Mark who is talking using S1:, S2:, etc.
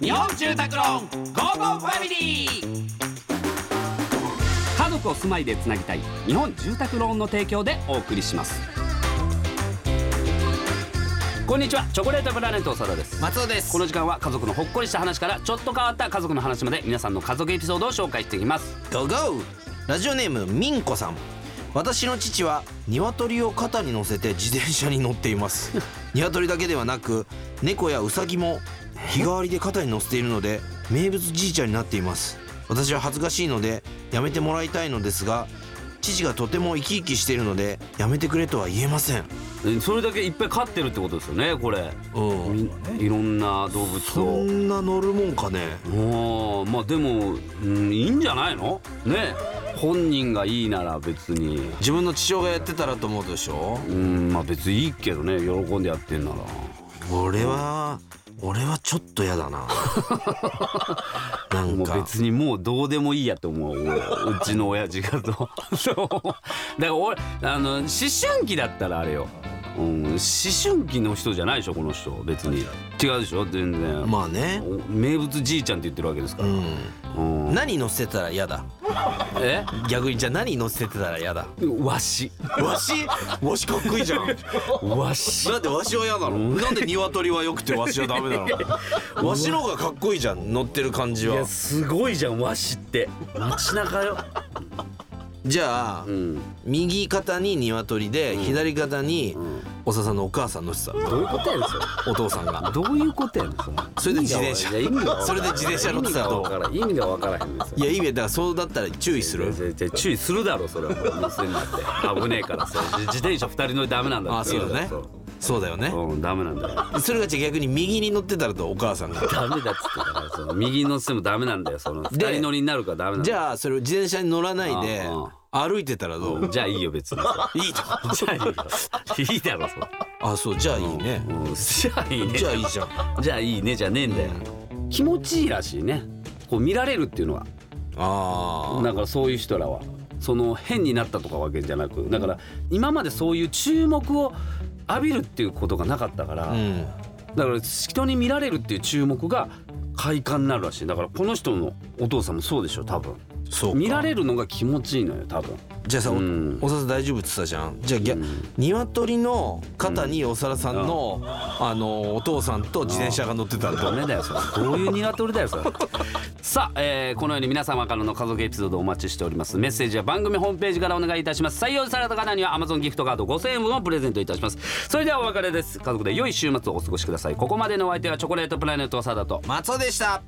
S1: 日本住宅ローンゴーゴーファミリー家族を住まいでつなぎたい日本住宅ローンの提供でお送りしますこんにちはチョコレートプラネット長田です
S2: 松尾です
S1: この時間は家族のほっこりした話からちょっと変わった家族の話まで皆さんの家族エピソードを紹介していきます
S2: ゴーゴーラジオネームみんこさん私の父は鶏を肩に乗せて自転車に乗っています 鶏だけではなく猫やウサギも日替わりで肩に乗せているので名物じいちゃんになっています私は恥ずかしいのでやめてもらいたいのですが父がとても生き生きしているのでやめてくれとは言えません
S1: それだけいっぱい飼ってるってことですよねこれ
S2: うん
S1: いろんな動物
S2: そ
S1: を
S2: んな乗るもんかね
S1: おーまあでも、うん、いいんじゃないのね本人がいいなら別に
S2: 自分の父親がやってたらと思うでしょ
S1: うんまあ別にいいけどね喜んでやってんなら
S2: 俺は俺はちょっと嫌だななん
S1: もう
S2: か
S1: 別にもうどうでもいいやと思う俺うちの親父がとそうだから俺あの思春期だったらあれよ、うん、思春期の人じゃないでしょこの人別に違うでしょ全然、
S2: まあね
S1: お名物じいちゃんって言ってるわけですか
S2: う
S1: ら、
S2: ん
S1: うん、
S2: 何乗せてたら嫌だ
S1: え
S2: 逆にじゃあ何乗せてたら嫌だ
S1: わし
S2: わしわしかっこいいじゃ ん
S1: わし
S2: だってわしは嫌だろなんで鶏は良くてわしはダメなのわしの方がかっこいいじゃん乗ってる感じ
S1: いや
S2: は
S1: すごいじゃんわしって街中よ、
S2: じゃあ
S1: うん、
S2: 右肩に鶏で左肩に
S1: ん
S2: おささんのお母さん乗せて
S1: どういうことやねんそれ
S2: たお父さんが
S1: どういうことやねんそれ
S2: それで自転車
S1: 意味がわ
S2: それで自転車乗ってたらどう
S1: 意味がわからへん意味がわからへんねんそれ
S2: いやいいねだからそうだったら注意す
S1: い
S2: る
S1: やいやいや注意するだろそれはもう店になって危ねえからさ自自転車二人乗りダメなんだって
S2: あそうだね
S1: そう
S2: そうだよね
S1: うんダメなんだよ
S2: それがじゃあ逆に右に乗ってたらとお母さんが
S1: ダメだっつってたからその右に乗せてもダメなんだよその
S2: で
S1: 二人乗りになるからダメなんだ
S2: じ
S1: よ
S2: ゃあそれを自転車に乗らないで
S1: あ
S2: 歩いてたらどう
S1: じゃあいいよ 別に
S2: いいと
S1: じゃあいいよいいだろそれ
S2: あそうじゃあいいね
S1: うんじゃあいいね
S2: じゃあいいじゃん
S1: じゃあいいねじゃねえんだよ気持ちいいらしいねこう見られるっていうのは
S2: あ
S1: だからそういう人らはその変になったとかわけじゃなくだから今までそういう注目を浴びるっていうことがなかったから、
S2: あうん
S1: だから人に見られるっていう注目が快感になるらしいだからこの人のお父さんもそうでしょ多分
S2: そうか
S1: 見られるのが気持ちいいのよ多分
S2: じゃあさお
S1: うん
S2: おささ大丈夫って言ってたじゃんじゃあぎゃ鶏の肩におさらさんのあのお父さんと自転車が乗ってたらど
S1: ダ
S2: う
S1: メだよそれどういう鶏だよそれさあ、えーこのように皆様からの家族エピソードをお待ちしておりますメッセージは番組ホームページからお願いいたします採用された方には Amazon ギフトカード5000円分をプレゼントいたしますそれではお別れです家族で良い週末をお過ごしくださいここまでのお相手はチョコレートプラネットサダと
S2: 松尾でした